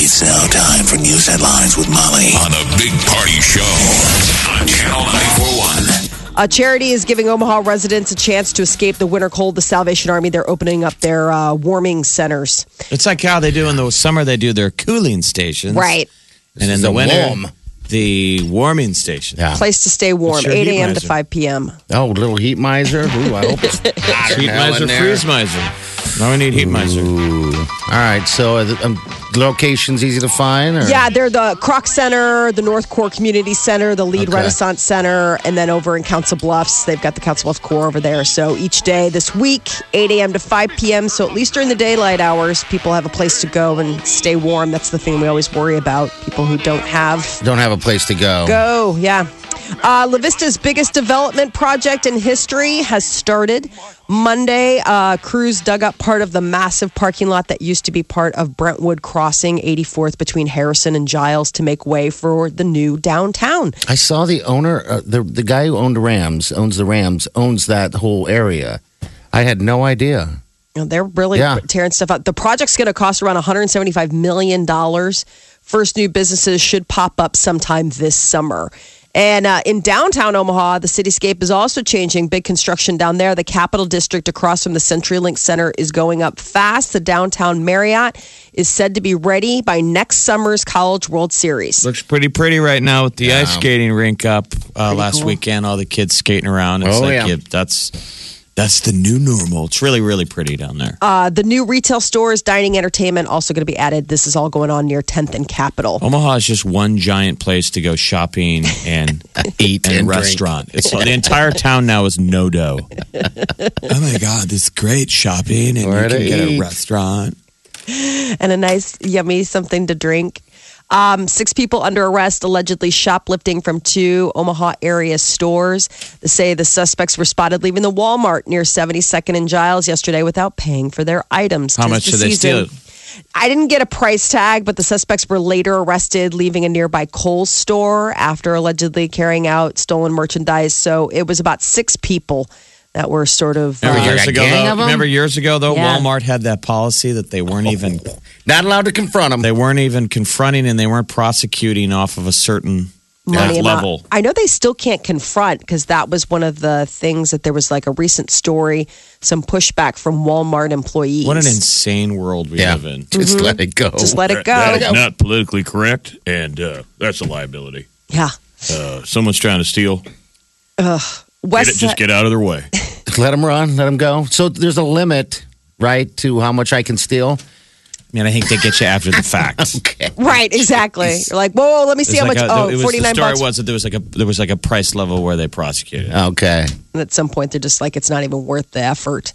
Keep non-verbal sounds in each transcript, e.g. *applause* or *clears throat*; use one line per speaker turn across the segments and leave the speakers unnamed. It's now time for news headlines with Molly on a big party show on Channel 941.
A charity is giving Omaha residents a chance to escape the winter cold. The Salvation Army, they're opening up their uh, warming centers.
It's like how they do in the summer, they do their cooling stations.
Right.
and in
is
the
a
winter,
warm.
the warming station.
Yeah.
Place to stay warm,
Sure,
8 a.m. to
heat miser.
5 p.m.
Oh, little heat miser. Ooh, I
*laughs*
hope it's hot
Heat
in hell
miser,
in there.
freeze miser. Now we need heat miser.
Ooh. All right. So, uh, the- um, location's easy to find. Or?
Yeah, they're the Croc Center, the North Core Community Center, the Lead
Okay.
Renaissance Center, and then over in Council Bluffs, they've got the Council Bluff Core over there. So each day this week, 8 a.m. to 5 p.m. So at least during the daylight hours, people have a place to go and stay warm. That's the thing we always worry about people who don't have.
Don't have a place to go.
Go, yeah. Uh, La Vista's biggest development project in history has started. Monday, uh, crews dug up part of the massive parking lot that used to be part of Brentwood Crossing, 84th between Harrison and Giles, to make way for the new downtown.
I saw the owner, uh, the the guy who owned the Rams, owns the Rams, owns that whole area. I had no idea.
You know, they're really
Yeah.
tearing stuff up. The project's going to cost around $175 million. First new businesses should pop up sometime this summer. And uh, in downtown Omaha, the cityscape is also changing. Big construction down there. The Capitol District across from the CenturyLink Center is going up fast. The downtown Marriott is said to be ready by next summer's College World Series.
Looks pretty pretty right now with the ice skating rink up uh, last weekend. All the kids skating around. It's
Oh,
like
yeah.
that's that's the new normal. It's really really pretty down there.
Uh, the new retail stores, dining, entertainment, also going to be added. This is all going on near 10th and Capitol.
Omaha is just one giant place to go shopping
*laughs*
and eat and,
and drink.
restaurant. It's the entire town now is no dough. *laughs* oh my god, this is great shopping and
Where
you can
to
get a
eat.
restaurant.
and a nice, yummy something to drink. Um, six people under arrest allegedly shoplifting from two Omaha area stores. They say the suspects were spotted leaving the Walmart near 72nd and Giles yesterday without paying for their items.
How
Tis
much
the
did they
season.
steal?
I didn't get a price tag, but the suspects were later arrested leaving a nearby Kohl's store after allegedly carrying out stolen merchandise. So it was about six people that were sort of. uh,
Remember
Like
years
a
ago,
gang
though,
of 'em? Oh.
remember years ago though,
Yeah.
Walmart had that policy that they weren't even
Not allowed to confront him.
they weren't even confronting and they weren't prosecuting off of a certain
money amount.
level.
I know they still can't confront because that was one of the things that there was like a recent story, some pushback from Walmart employees.
What an insane world we
yeah,
live in.
*laughs* just let it go.
Mm-hmm. Just let it go.
That is not politically correct, and uh, that's a liability.
yeah.
Uh, someone's trying to steal. Get
West
it- just get out of their way.
let him run. Let him go. So there's a limit, right, to how much I can steal. *laughs*
Man, I think they get you after the fact. *laughs*
Right, exactly. You're like, whoa, let me see
It's
how
like
much.
a-
oh,
it was,
49
the story
bucks.
was that there was like a there was like a price level where they prosecuted.
Okay.
And at some point, they're just like, it's not even worth the effort.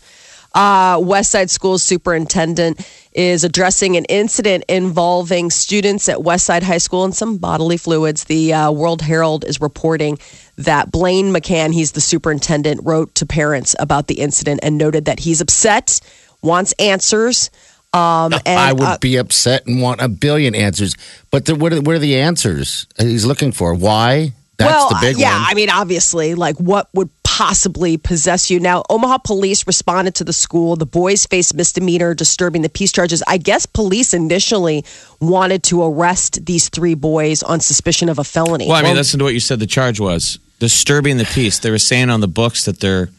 Uh, West Side School superintendent is addressing an incident involving students at West Side High School and some bodily fluids. The uh, World Herald is reporting that Blaine McCann, he's the superintendent, wrote to parents about the incident and noted that he's upset, wants answers. Um, and
I would
uh,
be upset and want a billion answers. But the, what, are, what are the answers he's looking for? Why? That's
well,
the big
uh, yeah,
one.
I mean, obviously, like what would possibly possess you? Now, Omaha police responded to the school. The boys faced misdemeanor disturbing the peace charges. I guess police initially wanted to arrest these three boys on suspicion of a felony.
Well, I mean, listen to what you said. The charge was disturbing the peace. They were saying on the books that they're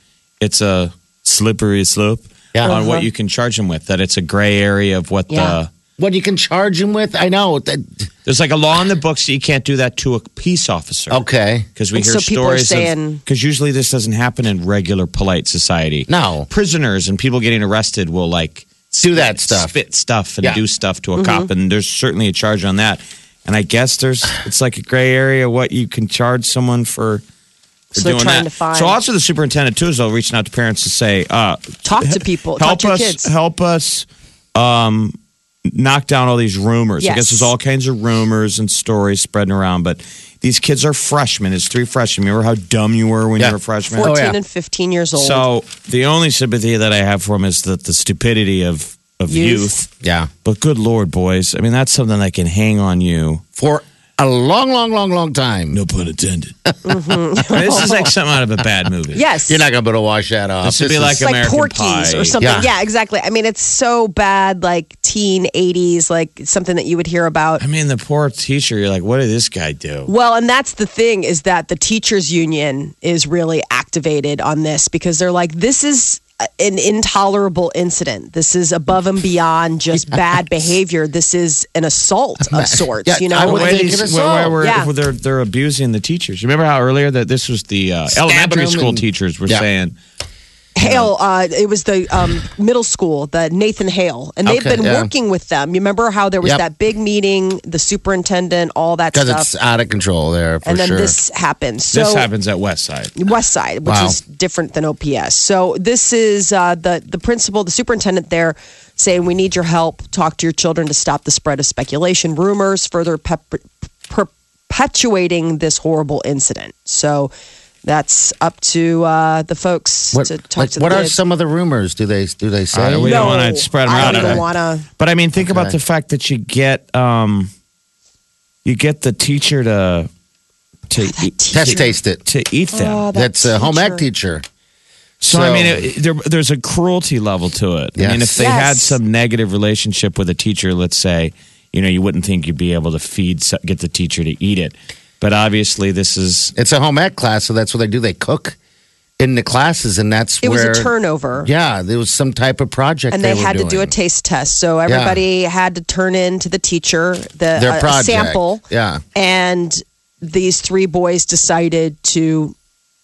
it's a slippery slope
Yeah.
on what you can charge them with. That it's a gray area of what
Yeah.
the
what you can charge him with? I know. That,
there's like a law in the books that you can't do that to a peace officer.
okay.
Because we
And
hear
so people are
stories
saying-
because usually this doesn't happen in regular polite society.
No.
prisoners and people getting arrested will like
Do that stuff.
spit stuff, and
Yeah.
do stuff to a cop, and there's certainly a charge on that. And I guess there's it's like a gray area what you can charge someone for.
So
for
they're
doing
trying
that.
to find-
So also the superintendent too is all reaching out to parents to say, uh,
Talk to people, talk
help
to your
us,
kids.
help us, um, knock down all these rumors.
Yes.
I guess there's all kinds of rumors and stories spreading around, but these kids are freshmen. It's three freshmen. Remember how dumb you were when
Yeah.
you were a freshman?
14
yeah.
and 15 years old.
So the only sympathy that I have for them is the, the stupidity of, of
Youth.
youth.
Yeah.
But good Lord, boys. I mean, that's something that can hang on you.
For a long, long, long, long time.
No pun intended. this
*laughs*
is like something out of a bad movie.
yes.
You're not going to be able to wash that off.
This would be like
it's like
American
Porky's
Pie.
or something. Yeah.
Yeah.
exactly. I mean, it's so bad, like teen 80s, like something that you would hear about.
I mean, the poor teacher, you're like, what did this guy do?
Well, and that's the thing is that the teachers union is really activated on this because they're like, this is an intolerable incident. This is above and beyond
*laughs*
just bad behavior. This is an assault of sorts.
Yeah,
you know,
I
The
would
way
think
these-
it is
where- where
so.
we're-
Yeah.
where they're, they're abusing the teachers. You remember how earlier that this was the uh,
Stabbing
elementary
them
school
and-
teachers were
Yeah.
saying,
Hale, uh, it was the um, middle school, the Nathan Hale, and they've
Okay,
been
yeah.
working with them. You remember how there was
Yep.
that big meeting, the superintendent, all that
Because
stuff,
it's out of control there for
and then
sure.
this happened. So
this happens at Westside.
West Side, which
Wow.
is different than OPS. So this is uh, the the principal, the superintendent there, saying we need your help. Talk to your children to stop the spread of speculation, rumors, further pep- perpetuating this horrible incident. So that's up to uh, the folks
what
to talk
like,
to. The
what are
kids.
some of the rumors? Do they do they say?
Uh, we
No,
don't want to spread them
I
out.
don't
Okay.
want to.
But I mean, think about
Okay.
the fact that you get um, you get the teacher to to e-,
Test taste it.
to eat them.
Oh,
That's a home ec teacher.
so, I
so-
mean, it, there, there's a cruelty level to it. I mean,
Yes.
if they had
Yes.
some negative relationship with a teacher, let's say, you know, you wouldn't think you'd be able to feed get the teacher to eat it. But obviously, this is
It's a home ec class, so that's what they do. They cook in the classes, and that's
It was
where
a turnover.
Yeah, there was some type of project,
and they,
were
had to do a
doing.
taste test. So everybody had to turn in to the teacher the
Their
a- a
project.
sample.
Yeah.
and these three boys decided to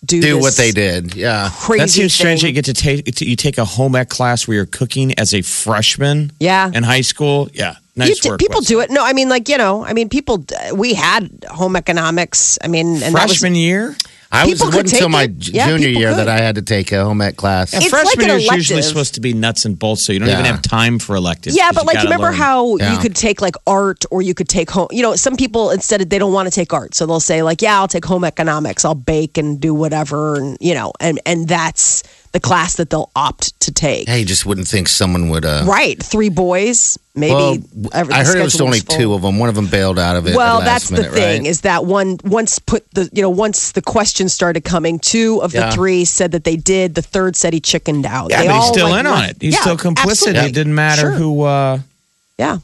do
do
this
what they did. Yeah,
Crazy
that seems strange. that
thing.
You get to take to, you take a home ec class where you're cooking as a freshman.
Yeah.
in high school. Yeah,
You
nice
d-
work.
people
Wes.
do it. No, I mean, like you know, I mean, people. d- We had home economics. I mean, and
freshman year.
I was
People
it
could
wasn't until
take
my
it.
j-
Yeah,
junior
people
year
could.
that I had to take a home ec class.
Yeah,
It's like
freshman
an
year is usually
elective.
supposed to be nuts and bolts, so you don't even
Yeah.
have time for electives.
that was, yeah,
'cause
but
you
like, you
gotta
remember
learn.
how you
Yeah.
could take like art, or you could take home. You know, some people instead they don't want to take art, so they'll say like, yeah, I'll take home economics. I'll bake and do whatever, and you know, and and that's the class that they'll opt to take.
Yeah, you just wouldn't think someone would. Uh,
Right, three boys, maybe.
well,
every-
I
the
heard it was
schedule
only
full.
two of them. One of them bailed out of it.
Well,
at last
that's
minute,
the thing
right?
is that one once put the you know once the questions started coming, two of
Yeah.
the three said that they did. The third said he chickened out.
Yeah,
They
but he's
all,
still
like,
in on it.
left-
He's
Yeah,
still complicit.
absolutely.
It didn't matter
Sure.
who. Uh,
Yeah.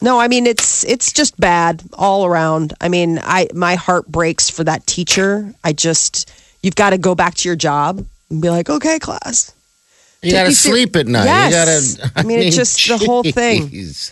No, I mean it's it's just bad all around. I mean, I my heart breaks for that teacher. I just you've got to go back to your job and be like, okay, class.
you gotta
you ser-
sleep at night.
Yes.
You gotta.
I mean,
*laughs*
it's just the whole thing.
jeez.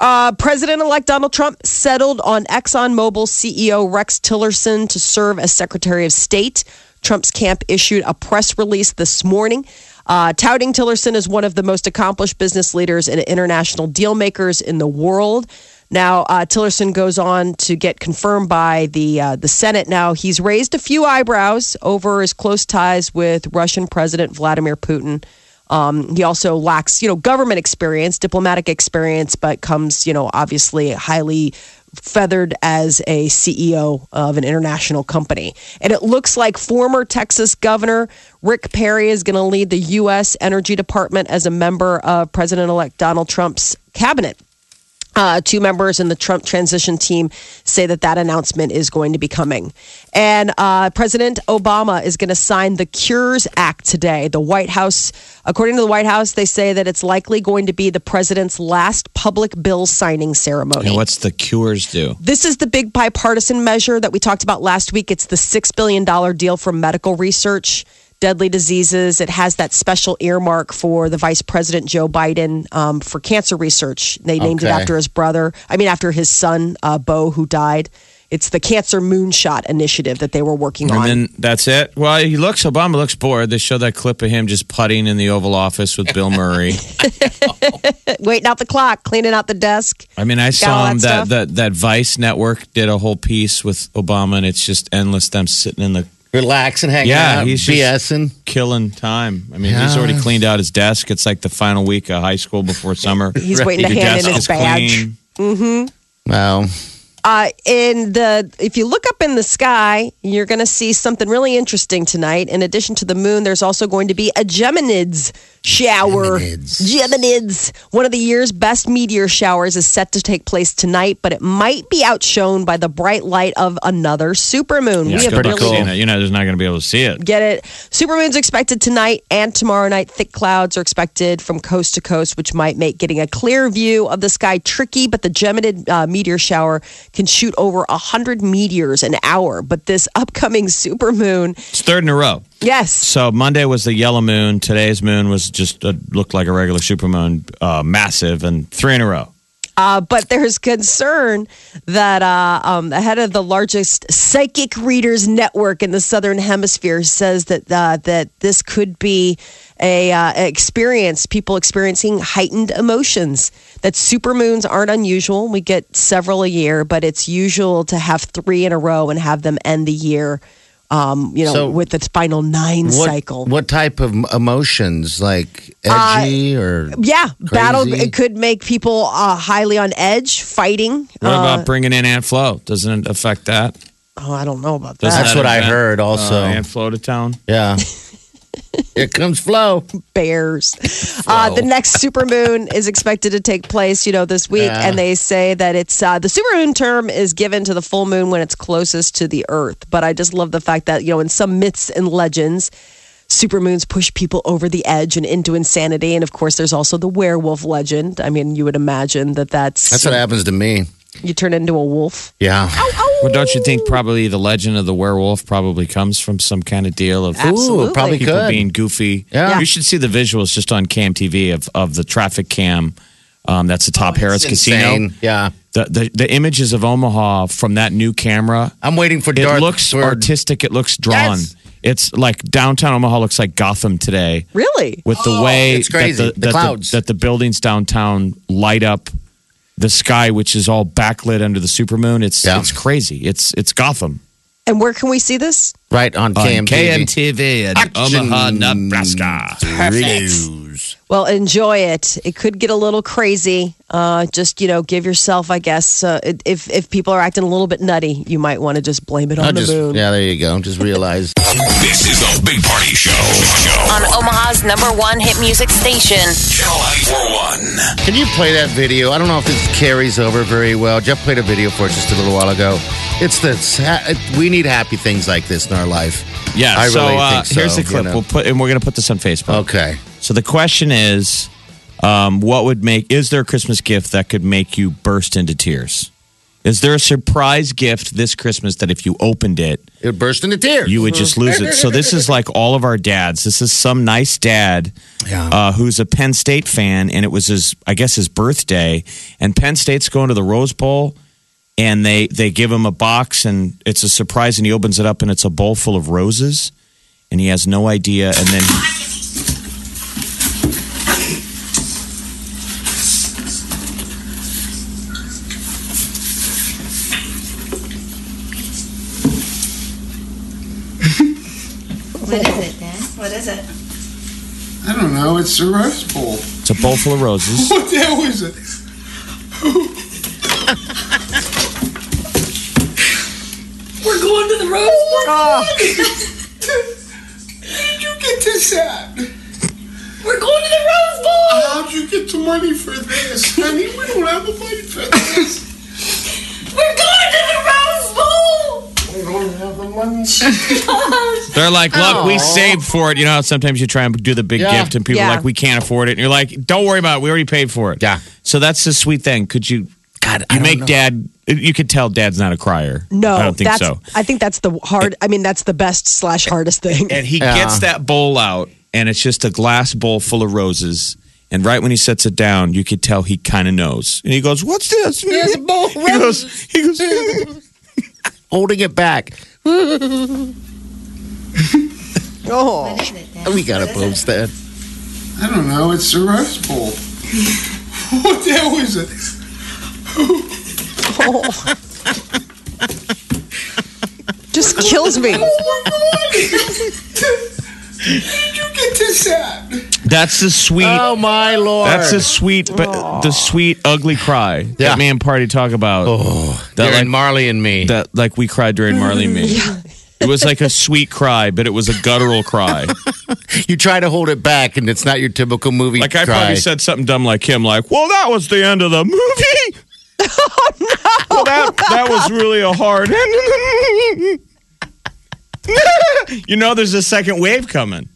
Uh, President-elect Donald Trump settled on ExxonMobil CEO Rex Tillerson to serve as Secretary of State. Trump's camp issued a press release this morning. Uh, touting Tillerson as one of the most accomplished business leaders and international deal makers in the world. Now, uh, Tillerson goes on to get confirmed by the uh, the Senate. Now, he's raised a few eyebrows over his close ties with Russian President Vladimir Putin. Um, he also lacks, you know, government experience, diplomatic experience, but comes, you know, obviously highly feathered as a CEO of an international company. And it looks like former Texas Governor Rick Perry is going to lead the U.S. Energy Department as a member of President-elect Donald Trump's cabinet. Uh, two members in the Trump transition team say that that announcement is going to be coming. And uh, President Obama is going to sign the Cures Act today. The White House, according to the White House, they say that it's likely going to be the president's last public bill signing ceremony.
and what's the cures do?
This is the big bipartisan measure that we talked about last week. It's the $6 billion deal for medical research, deadly diseases. It has that special earmark for the Vice President Joe Biden um, for cancer research. They named it
Okay.
after his brother, I mean, after his son, uh, Bo, who died. It's the Cancer Moonshot Initiative that they were working on.
And then that's it. Well, he looks. Obama looks bored. They show that clip of him just putting in the Oval Office with Bill Murray.
*laughs* Waiting out the clock, cleaning out the desk.
I mean, I
all
saw him
that
that, that that Vice Network did a whole piece with Obama, and it's just endless. Them sitting in the
relaxing, hanging
Yeah,
out,
he's just-
BSing.
Killing time. I mean, he's already
Yes.
cleaned out his desk. It's like the final week of high school before summer.
He's waiting to
Your
hand
desk
in his
is
badge.
clean.
Well,
Uh, in the if you look up in the sky, you're going to see something really interesting tonight. In addition to the moon, there's also going to be a Geminids shower.
Geminids.
Geminids. One of the year's best meteor showers is set to take place tonight, but it might be outshone by the bright light of another supermoon.
Yeah,
we have
good
really
luck seeing it. You know, there's not going to be able to see it.
get it. Supermoon's expected tonight and tomorrow night. Thick clouds are expected from coast to coast, which might make getting a clear view of the sky tricky. But the Geminid uh, meteor shower can shoot over a hundred meteors an hour. But this upcoming *laughs* supermoon,
It's third in a row.
yes,
So Monday was the yellow moon. Today's moon was just uh, looked like a regular supermoon, uh, massive, and three in a row.
uh, but there's concern that uh, um, the head of the largest psychic readers network in the southern hemisphere says that uh, that this could be a uh, experience people experiencing heightened emotions. That supermoons aren't unusual. We get several a year, but it's usual to have three in a row and have them end the year. Um, you know,
So-
with its final nine
what,
cycle.
what type of emotions? Like edgy or
yeah, battle
Crazy.
it could make people uh, highly on edge, fighting.
What
uh,
about bringing in Aunt Flo? Doesn't it affect that?
oh, I don't know about that.
Doesn't
That's
that
what I
affect,
heard also.
uh, Aunt Flo to town. *laughs*
yeah? Here comes Flo.
bears. Uh, the next supermoon is expected to take place, you know, this week,
Yeah.
and they say that it's uh, the supermoon term is given to the full moon when it's closest to the Earth. But I just love the fact that you know, in some myths and legends. Supermoons push people over the edge and into insanity. And of course, there's also the werewolf legend. I mean, you would imagine that that's,
That's what happens to me. Oh,
you turn into a wolf.
Yeah.
Well, don't you think probably the legend of the werewolf probably comes from some kind of deal of
Ooh, probably
people
could.
being goofy?
Yeah.
You should see the visuals just on Cam TV of, of the traffic cam. Um, that's the top Harris Casino.
Insane. Yeah.
The, the the images of Omaha from that new camera.
I'm waiting for
It
Darth.
looks
for-
artistic. It looks drawn.
Yes.
It's like downtown Omaha looks like Gotham today
Really?
with the way
Oh, it's crazy.
That, the,
The
that,
clouds.
that the buildings downtown light up the sky, which is all backlit under the supermoon. It's
Yeah.
it's crazy. It's it's Gotham.
And where can we see this?
Right on
On
KMTV.
KMTV in Omaha, Nebraska.
Well, enjoy it. It could get a little crazy. Uh, just you know, give yourself, I guess, uh, it- if if people are acting a little bit nutty, you might want to just blame it on
I'll
the
just,
moon.
yeah, there you go. Just realize.
This is the Big Party Show. Show.
on Omaha's number one hit music station.
Channel 941.
Can you play that video? I don't know if this carries over very well. Jeff played a video for us just a little while ago. It's the we need happy things like this in our life.
Yeah.
I
so,
really
uh,
think so,
here's the
you
clip.
know.
We'll put and we're gonna put this on Facebook.
Okay.
So the question is, um, what would make? Is there a Christmas gift that could make you burst into tears? Is there a surprise gift this Christmas that if you opened it,
It burst into tears.
you would just lose it? So this is like all of our dads. This is some nice dad
Yeah.
uh, who's a Penn State fan, and it was his, I guess, his birthday, and Penn State's going to the Rose Bowl. And they, they give him a box and it's a surprise and he opens it up and it's a bowl full of roses and he has no idea and then
What is it, Dad? What is it?
I don't know. It's a Rose Bowl.
it's a bowl full of roses.
*laughs* What the hell is it? We're going to the Rose Bowl. How'd you get this at? We're going to the Rose Bowl. How'd you get the money for this, honey? We don't have the money for this. We're going to the Rose Bowl. We don't have the money.
They're like, look, we saved for it. You know how sometimes you try and do the big
Yeah.
gift and people
Yeah.
are like, we can't afford it. And you're like, don't worry about it. We already paid for it.
Yeah.
So that's the sweet thing. Could you,
God, I
you
don't
make
know.
dad, you could tell dad's not a crier.
No,
I don't think
that's.
so.
I think that's the hard. I mean, that's the best slash hardest thing.
And he
Yeah.
gets that bowl out and it's just a glass bowl full of roses. And right when he sets it down, you could tell he kind of knows. And he goes, what's this?
There's a bowl of
*laughs* He goes, he goes,
holding it back.
*laughs* Oh,
What is it, Dad?
We gotta
What is it?
post that.
I don't know. It's a Rose Bowl. *laughs* What the hell is it?
just *laughs* just kills me.
Did you get this at?
That's the sweet.
Oh my lord!
That's a sweet, but the sweet ugly cry
Yeah.
that me and Party talk about. Oh, that
You're
like
in Marley and me.
that like we cried during Marley and Me. It was like a sweet cry, but it was a guttural cry.
you try to hold it back, and it's not your typical movie.
Like I
cry.
probably said something dumb like him, like, "Well, that was the end of the movie." Well, that that was really a hard. *laughs* you know, there's a second wave coming.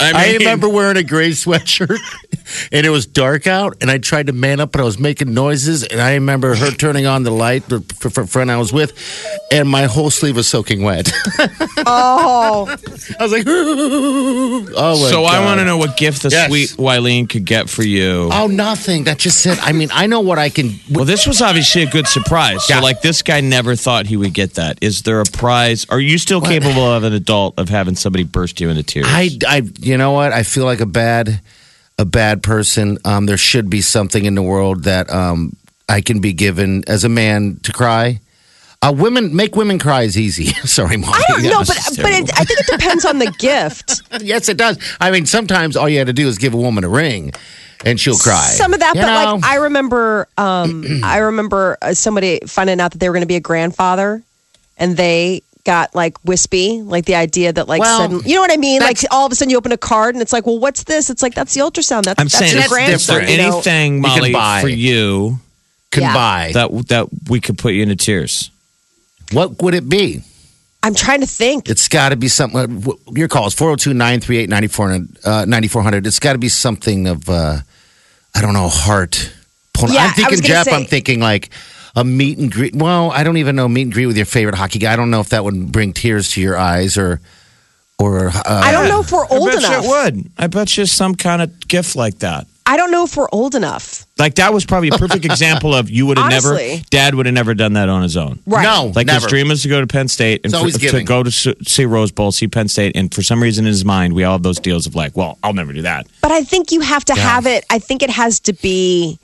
I,
I
mean-
remember wearing a gray sweatshirt *laughs* and it was dark out, and I tried to man up, but I was making noises. And I remember her turning on the light, the f- f- friend I was with, and my whole sleeve was soaking wet.
*laughs*
*laughs*
Oh,
I was like, *laughs* oh, my
So I
God.
want to know what gift the
Yes.
sweet Wileen could get for you.
Oh, nothing. That just said, I mean, I know what I can.
Well, this was obviously a good surprise. So,
Yeah.
like, this guy never thought he would get that. Is there a prize? Are you still capable of an adult of having somebody burst you into tears?
I, I, you know what? I feel like a bad, a bad person. Um, there should be something in the world that um, I can be given as a man to cry. Uh, women make women cry is easy. *laughs* Sorry, Mark.
I don't
Yeah.
know, but
that's
but it, I think it depends on the gift.
*laughs* Yes, it does. I mean, sometimes all you had to do is give a woman a ring, and she'll cry.
Some of that,
You
but
know?
like I remember, um,
*clears throat*
I remember uh, somebody finding out that they were going to be a grandfather, and they got like wispy, like the idea that like
Well,
sudden, you know what I mean? Like
that's-
all of a sudden you open a card and it's like, well, what's this? It's like that's the ultrasound. That's
I'm
that's
saying,
your
is, is there
grandson. you know?
anything,
You can
Molly,
buy.
for you
can
yeah.
buy.
that that we could put you into tears?
what would it be?
I'm trying to think.
It's got to be something. uh, wh- Your call is 402 938 uh, 9400. It's got to be something of, uh, I don't know, heart. Pulling.
Yeah, I
I'm
was
thinking,
gonna
Jeff, I'm
say-
thinking like a meet and greet. Well, I don't even know meet and greet with your favorite hockey guy. I don't know if that would bring tears to your eyes or, or, uh,
I don't know if we're old
I bet
enough.
you it would. I bet you some kind of gift like that.
I don't know if we're old enough.
Like that was probably
*laughs*
a perfect example of you would have never,
Honestly.
dad would have never done that on his own.
Right.
No,
Like
never.
his dream is to go to Penn State and
It's always
for- to
giving.
go to s- see Rose Bowl, see Penn State, and for some reason in his mind, we all have those deals of like, well, I'll never do that.
But I think you have to have it. I think it has to be.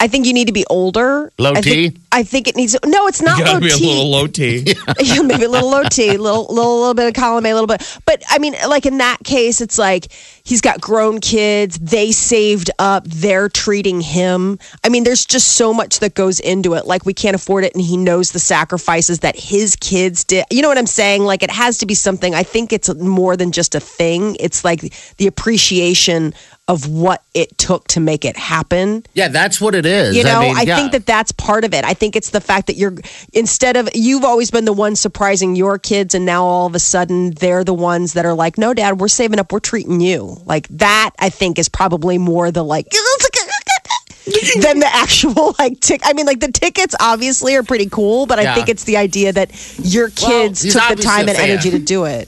I think you need to be older.
Low
I think,
T?
I think it needs. No, it's not
You
low
gotta be a
T.
little low *laughs* T.
*laughs* Yeah, maybe a little low T, little little little bit of column A, a little bit. But I mean, like in that case, it's like he's got grown kids. They saved up. They're treating him. I mean, there's just so much that goes into it. Like we can't afford it, and he knows the sacrifices that his kids did. You know what I'm saying? Like it has to be something. I think it's more than just a thing. It's like the appreciation of what it took to make it happen.
yeah, that's what it is.
You know, I,
mean, yeah.
think that that's part of it. I think it's the fact that you're instead of you've always been the one surprising your kids, and now all of a sudden they're the ones that are like, "No, Dad, we're saving up. We're treating you." Like that, I think is probably more the like. *laughs* than the actual like tick i mean like the tickets obviously are pretty cool but i
Yeah.
think it's the idea that your kids
he's
took the
obviously
time
a
and
fan.
energy to do it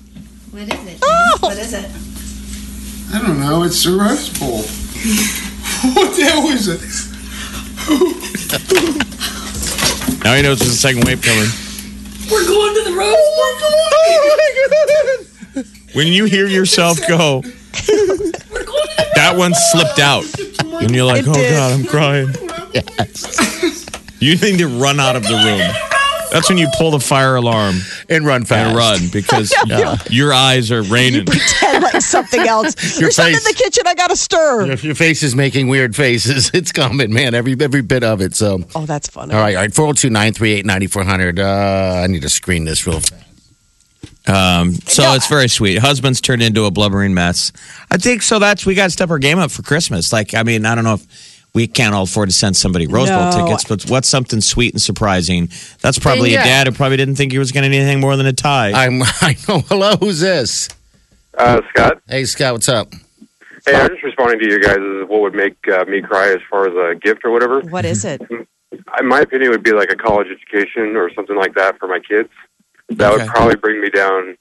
What is it? Dan?
Oh!
What is it?
I don't know. It's the Rose Bowl. what the hell is it?
now he knows there's a second wave coming. Oh,
We're going to the Rose Bowl.
When you hear yourself go,
We're going to the
that one slipped out, and you're like,
It
"Oh
did.
God, I'm crying." You need to run out of the room. That's when you pull the fire alarm
and run fast.
and run *laughs* because your eyes are raining.
pretend like something else
*laughs* Your
there's something in the
face.
kitchen i gotta stir
If your face is making weird faces, *laughs* it's coming, man. Every every bit of it. So, all
oh that's funny
right, all right. 402 938 9400. Uh, I need to screen this real fast.
Um, so it's very sweet. Husbands turned into a blubbering mess. I think so. That's we got to step our game up for Christmas. Like, I mean, I don't know if we can't all afford to send somebody Rose Bowl
No.
tickets, but what's something sweet and surprising? That's probably
Yeah.
a dad who probably didn't think he was going to anything more than a tie.
I'm, *laughs* I know. Hello, who's this?
Uh, Scott,
Hey, Scott, what's up?
hey, I'm just responding to you guys as what would make uh, me cry as far as a gift or whatever.
what is it
I, my opinion would be like a college education or something like that for my kids. That
Okay.
would probably bring me down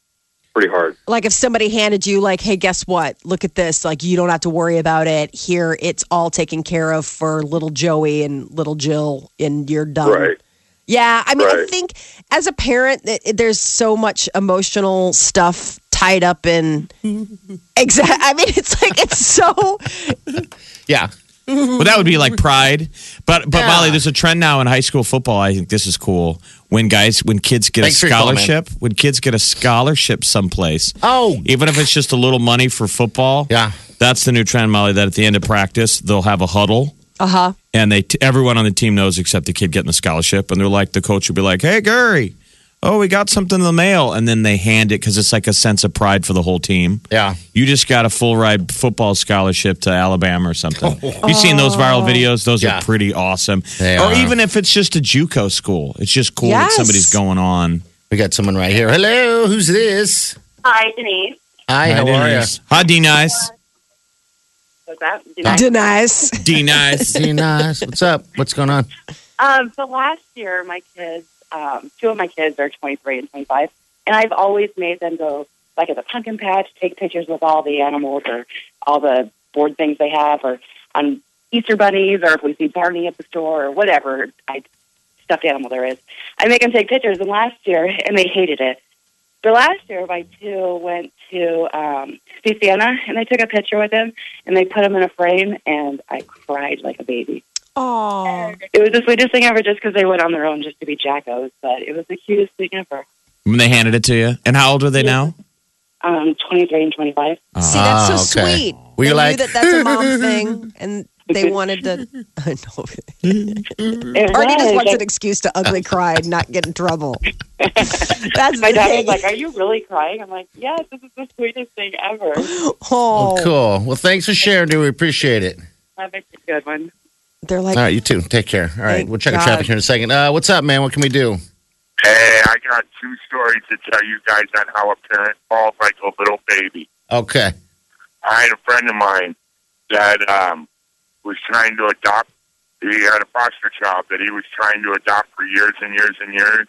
pretty hard.
like if somebody handed you like hey guess what look at this like you don't have to worry about it here it's all taken care of for little joey and little jill and you're done
Right.
yeah i mean i
Right.
think as a parent it, it- there's so much emotional stuff tied *laughs* up in exactly i mean it's like it's so
Yeah.
Well, that would be like pride. But but Molly, there's a trend now in high school football. I think this is cool. When guys, when kids get
Thanks
a
for your call, man.
scholarship, when kids get a scholarship someplace,
Oh.
even if it's just a little money for football,
Yeah.
that's the new trend, Molly. That at the end of practice, they'll have a huddle,
Uh huh.
and they t- everyone on the team knows except the kid getting the scholarship, and they're like, the coach will be like, "Hey, Gary, oh, we got something in the mail," and then they hand it because it's like a sense of pride for the whole team.
Yeah.
You just got a full ride football scholarship to Alabama or something. You've seen those viral videos; those
Oh. Yeah.
are pretty awesome.
They
or
are.
even if it's just a JUCO school, it's just cool
Yes.
that somebody's going on.
We got someone right here. Hello, who's this?
Hi, Denise.
Hi, how are you?
Hi, D nice,
What's up?
Denies.
D nice.
Hey, nice. What's up? What's going on?
Um, so last year, my kids, um, two of my kids are 23 and 25, and I've always made them go like at the pumpkin patch, take pictures with all the animals or all the board things they have, or on Easter bunnies, or if we see Barney at the store or whatever I, stuffed animal there is. I make them take pictures, and last year, *laughs* and they hated it. But last year, my two went to um, see Santa, and they took a picture with him, and they put him in a frame, and I cried like a baby.
Aww.
It was the sweetest thing ever just because they went on their own just to be jackos, but it was the cutest thing ever.
When they handed it to you, and how old are they now? Uh-huh.
Um, 23 and
*laughs*
25.
See, that's so
Ah, okay.
sweet.
Were
they
you like-
knew that that's a
*laughs*
mom thing, and they wanted *laughs* to. I know.
It
Arnie Mm. just
was.
wants
Like,
an excuse to ugly cry and not get in
*laughs*
trouble. That's
my
the
dad
thing.
was like, Are you really crying? I'm like, Yes, this is the sweetest thing ever.
*gasps* oh,
Cool. Well, thanks for sharing, dude. We appreciate it.
Have a good one.
they're like,
All right, you too. Take care. All right,
Thank
we'll check the
God.
traffic here in a second. Uh, what's up, man? What can we do?
Hey, I got two stories to tell you guys on how a parent falls like a little baby.
Okay.
I had a friend of mine that um, was trying to adopt. He had a foster child that he was trying to adopt for years and years and years.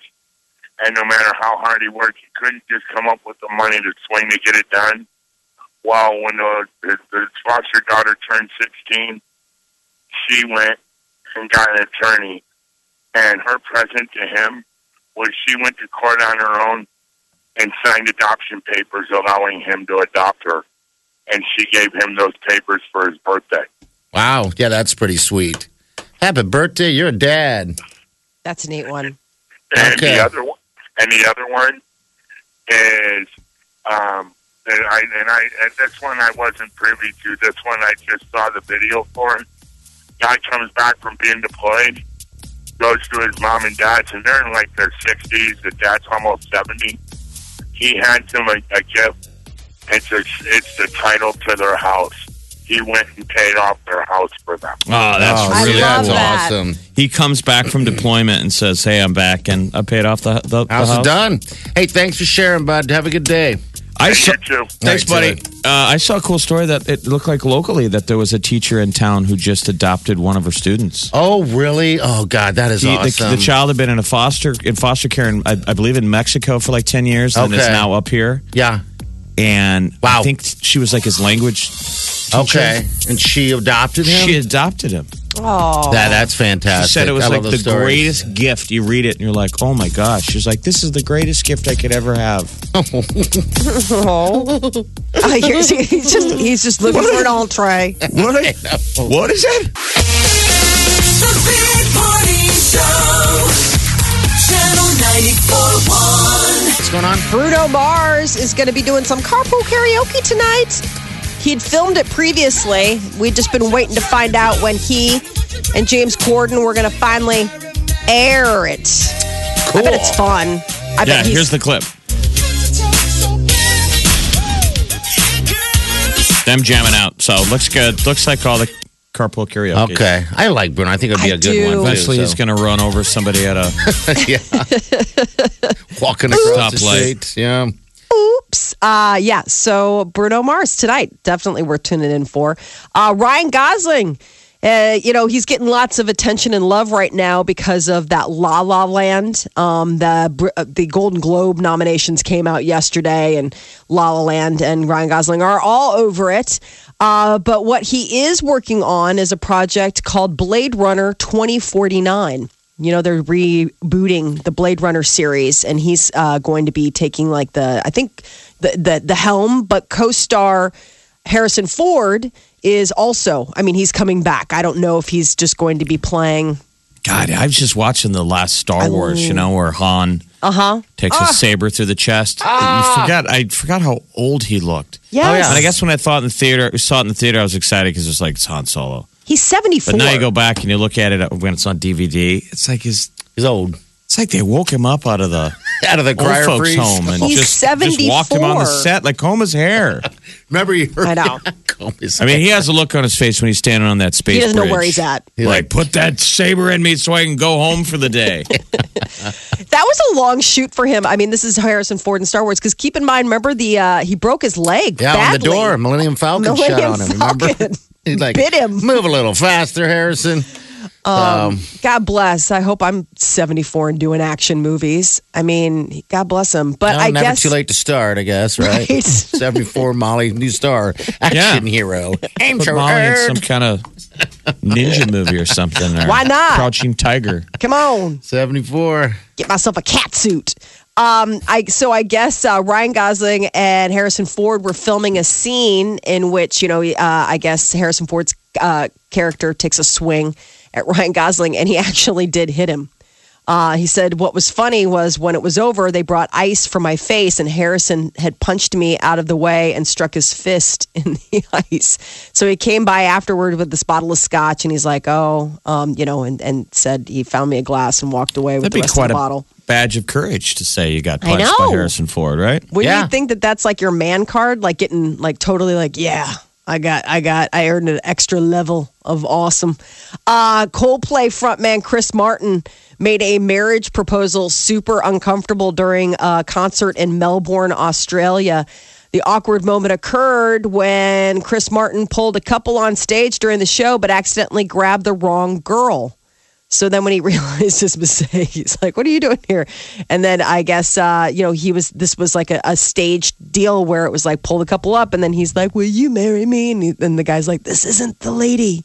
And no matter how hard he worked, he couldn't just come up with the money to swing to get it done. Well, when the, his, his foster daughter turned 16, she went and got an attorney. And her present to him was she went to court on her own and signed adoption papers allowing him to adopt her and she gave him those papers for his birthday.
Wow. Yeah, that's pretty sweet. Happy birthday. You're a dad.
that's a neat one.
And
Okay.
the other one, and the other one is, um, and I and I and this one I wasn't privy to. This one I just saw the video for. Guy comes back from being deployed, goes to his mom and dad's, and they're in like their sixties. The dad's almost seventy. He hands him a, a gift. It's a, it's the title to their house. He went and paid off their house for them.
Oh, that's
Oh,
really
yeah, that's
cool.
that.
awesome.
He comes back from deployment and says, "Hey, I'm back, and I paid off the the, the
House is
house."
done. Hey, thanks for sharing, bud. Have a good day.
I saw,
You too.
Thanks,
All right,
buddy. Uh, I saw a cool story that it looked like locally that there was a teacher in town who just adopted one of her students.
Oh, really? Oh, God, that is
The, the-
awesome.
the child had been in a foster in foster care, in, I, I believe, in Mexico for like ten years, and is
Okay.
now up here.
yeah.
And
Wow.
I think she was like his language. teacher.
Okay. And she adopted him?
she adopted him.
Oh,
That, that's fantastic.
She said it
I
was
love
like
those
the
stories.
greatest gift. You read it and you're like, oh my gosh. She's like, this is the greatest gift I could ever have.
*laughs* Oh, *laughs* here's- he's just he's just looking for an entree.
*laughs*
What? what is it?
The Big Party Show. Channel 94.1.
What's going on?
Bruno Mars is going to be doing some carpool karaoke tonight. He'd filmed it previously. We'd just been waiting to find out when he and James Corden were going to finally air it. I bet it's fun. I
Yeah,
bet he's
here's the clip. Them jamming out. So looks good. Looks like all the carpool karaoke.
Okay. I like Bruno. I think it'd be
I
a good
do.
one. Too,
Eventually,
so.
he's going to run over somebody at a.
yeah. Walking across the
Stoplight.
street. Yeah.
Oops. Uh, yeah. So Bruno Mars tonight, definitely worth tuning in for. Uh, Ryan Gosling. Uh, you know he's getting lots of attention and love right now because of that La La Land. Um, the Br- uh, the Golden Globe nominations came out yesterday, and La La Land and Ryan Gosling are all over it. Uh, but what he is working on is a project called Blade Runner 2049 you know they're rebooting the blade runner series and he's uh, going to be taking like the i think the the, the helm but co-star harrison ford is also, I mean, he's coming back. I don't know if he's just going to be playing.
*laughs* God, I was just watching the last Star Wars, you know, where Han
Uh huh.
takes his saber through the chest. You forgot, I forgot how old he looked.
Ah. Yes. Oh, yeah.
And I guess when I thought in the theater, saw it in the theater, I was excited because it's like it's Han Solo.
He's 74.
But now you go back and you look at it uh, when it's on DVD. It's like his
he's old.
It's like they woke him up out of *laughs* the
Out of the
old
Crier
folks
Freeze.
home and
He's
just, just walked him on
74.
the set like comb his hair.
Remember you heard
I know.
*laughs* Comb his
I mean, he has a look on his face when he's standing on that space.
He doesn't know
bridge.
where he's at.
Like, put that saber in me so I can go home for
*laughs*
the day.
That was a long shoot for him. I mean, this is Harrison Ford in Star Wars. Because keep in mind, remember the uh, he broke his leg.
Yeah, on the
badly.
door, Millennium Falcon shot
Millennium
on him. Remember?
*laughs* Falcon
He's like,
bit him.
Move a little faster, Harrison. Um,
God bless. I hope I'm 74 and doing action movies. I mean, God bless him. But
well,
I
never
guess
too late to start,
*laughs*
I guess, right?
Right.
74 Molly, new star, action
Yeah.
hero. Aim
Put
to
Molly in some
earn.
kind of ninja movie or something. Or
Why not?
Crouching Tiger.
come on,
74.
get myself a cat suit. Um, I so I guess uh, Ryan Gosling and Harrison Ford were filming a scene in which you know uh, I guess Harrison Ford's uh, character takes a swing at *laughs* Ryan Gosling and he actually did hit him. Uh, he said, What was funny was when it was over, they brought ice for my face, and Harrison had punched me out of the way and struck his fist *laughs* in the ice. So he came by afterward with this bottle of scotch, and he's like, Oh, um, you know, and, and said he found me a glass and walked away with
That'd
the
be
rest
quite
of
a
the bottle.
badge of courage to say you got
I
punched by
know.
Harrison Ford, right?
Wouldn't
Yeah.
you think that that's like your man card? Like getting like totally like, yeah, I got, I got, I earned an extra level of awesome. Uh, Coldplay frontman Chris Martin made a marriage proposal super uncomfortable during a concert in Melbourne, Australia. The awkward moment occurred when Chris Martin pulled a couple on stage during the show, but accidentally grabbed the wrong girl. So then when he *laughs* realized his mistake, he's like, what are you doing here? And then I guess, uh, you know, he was, this was like a, a staged deal where it was like, pull the couple up. And then he's like, will you marry me? And, he, and the guy's like, this isn't the lady.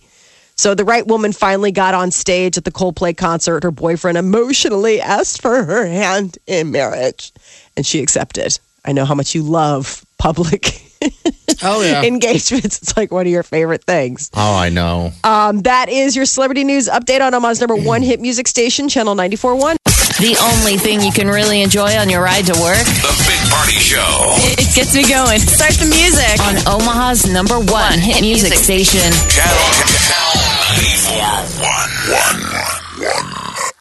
So the right woman finally got on stage at the Coldplay concert. Her boyfriend emotionally asked for her hand in marriage and she accepted. I know how much you love public *laughs*
Oh, yeah.
engagements. It's like one of your favorite things.
oh, I know.
Um, that is your celebrity news update on Omaha's number one hit music station, Channel 94.1.
The only thing you can really enjoy on your ride to work,
The Big Party Show.
it gets me going. Start the music on Omaha's number one hit music station.
Channel, channel 941.